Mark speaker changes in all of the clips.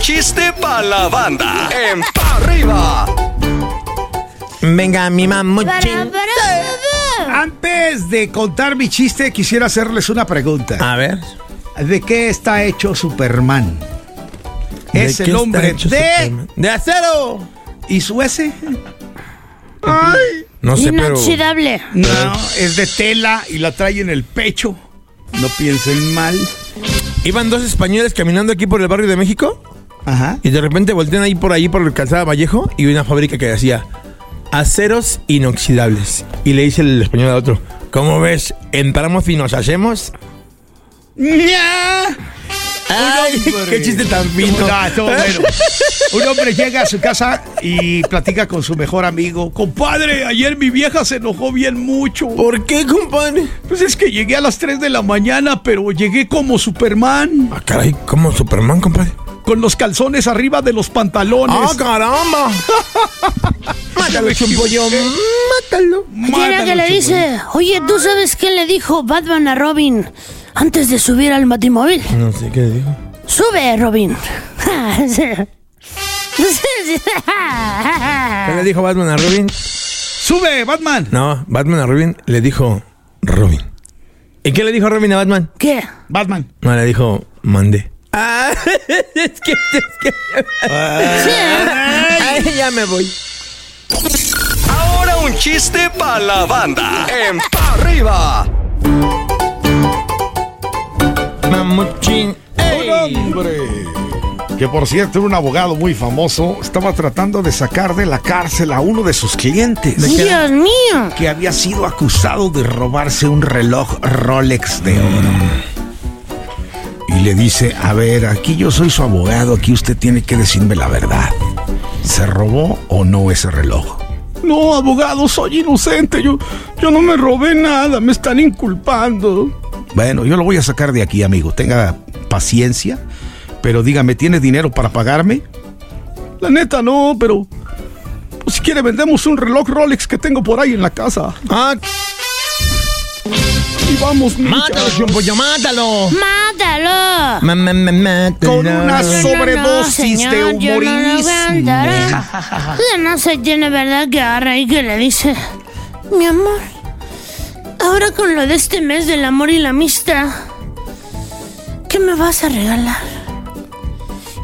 Speaker 1: chiste pa' la banda. En pa' arriba.
Speaker 2: Venga, mi mamuchín.
Speaker 3: Antes de contar mi chiste, quisiera hacerles una pregunta.
Speaker 2: A ver. Ah.
Speaker 3: ¿De qué está hecho Superman?
Speaker 2: ¿de
Speaker 3: Es
Speaker 2: qué
Speaker 3: el
Speaker 2: está
Speaker 3: hombre
Speaker 2: hecho este
Speaker 3: de...
Speaker 2: Superman? ¡De acero!
Speaker 3: ¿Y su S?
Speaker 2: No sé, pero.
Speaker 4: Inoxidable.
Speaker 3: No,
Speaker 2: Ah.
Speaker 3: es de tela y la trae en el pecho. No piensen mal.
Speaker 2: Iban dos españoles caminando aquí por el barrio de México
Speaker 3: Ajá.
Speaker 2: y de repente voltean ahí por ahí por el calzada Vallejo y vi una fábrica que decía aceros inoxidables. Y le dice el español al otro: ¿Cómo ves? ¿Entramos y nos hacemos?
Speaker 3: ¡Nya!
Speaker 2: ¡Ay!
Speaker 3: hombre.
Speaker 2: ¡Qué chiste tan fino!
Speaker 3: Ah, todo bueno. Un hombre llega a su casa y platica con su mejor amigo. Compadre, ayer mi vieja se enojó bien mucho.
Speaker 2: ¿Por qué, compadre?
Speaker 3: Pues es que llegué a las 3 de la mañana, pero llegué como Superman,
Speaker 2: Ah, caray, como Superman, compadre.
Speaker 3: con los calzones arriba de los pantalones.
Speaker 2: ¡Ah, caramba! Mátalo, chumpollo, mátalo.
Speaker 4: Tiene que le
Speaker 3: Mátalo,
Speaker 4: dice, oye, ¿tú sabes qué le dijo Batman a Robin antes de subir al batimóvil?
Speaker 2: No sé qué dijo.
Speaker 4: Sube, Robin.
Speaker 2: ¿Qué le dijo Batman a Robin?
Speaker 3: ¡Sube, Batman!
Speaker 2: No, Batman a Robin le dijo Robin. ¿Y qué le dijo Robin a Batman?
Speaker 4: ¿Qué?
Speaker 3: Batman.
Speaker 2: No, le dijo mandé. Ah, es que, es que... Ay, ya me voy.
Speaker 1: Ahora un chiste pa' la banda. En pa' arriba.
Speaker 2: Mamuchín. Ey.
Speaker 5: Que por cierto, un abogado muy famoso estaba tratando de sacar de la cárcel a uno de sus clientes
Speaker 4: Dios mío.
Speaker 5: que había sido acusado de robarse un reloj Rolex de oro. Y le dice, a ver, aquí yo soy su abogado, aquí usted tiene que decirme la verdad. ¿Se robó o no ese reloj?
Speaker 3: No, abogado, soy inocente. Yo, yo no me robé nada, me están inculpando.
Speaker 5: Bueno, yo lo voy a sacar de aquí, amigo. Tenga paciencia, pero dígame, ¿tiene dinero para pagarme?
Speaker 3: La neta no, pero... pues, si quiere vendemos un reloj Rolex que tengo por ahí en la casa.
Speaker 2: Ah,
Speaker 3: Y vamos,
Speaker 2: mátalo,
Speaker 3: muchachos.
Speaker 2: chumpollo, mátalo.
Speaker 4: Mátalo.
Speaker 2: Ma- ma- ma- mátalo.
Speaker 5: Con una
Speaker 4: Yo no,
Speaker 5: sobredosis
Speaker 4: no,
Speaker 5: de
Speaker 4: señor, yo no lo voy a
Speaker 5: humorismo.
Speaker 4: andar, ¿eh? Ya no se tiene verdad que agarra y que le dice, mi amor, ahora con lo de este mes del amor y la amistad, ¿qué me vas a regalar?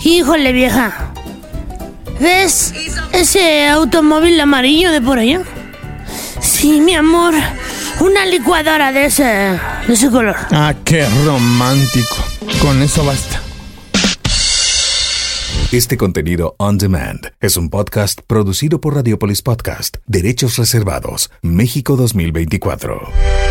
Speaker 4: Híjole vieja, ¿ves ese automóvil amarillo de por allá? Sí, mi amor, una licuadora de ese, de ese color.
Speaker 2: Ah, qué romántico. Con eso basta.
Speaker 6: Este contenido on demand es un podcast producido por Radiopolis Podcast, Derechos Reservados, México 2024.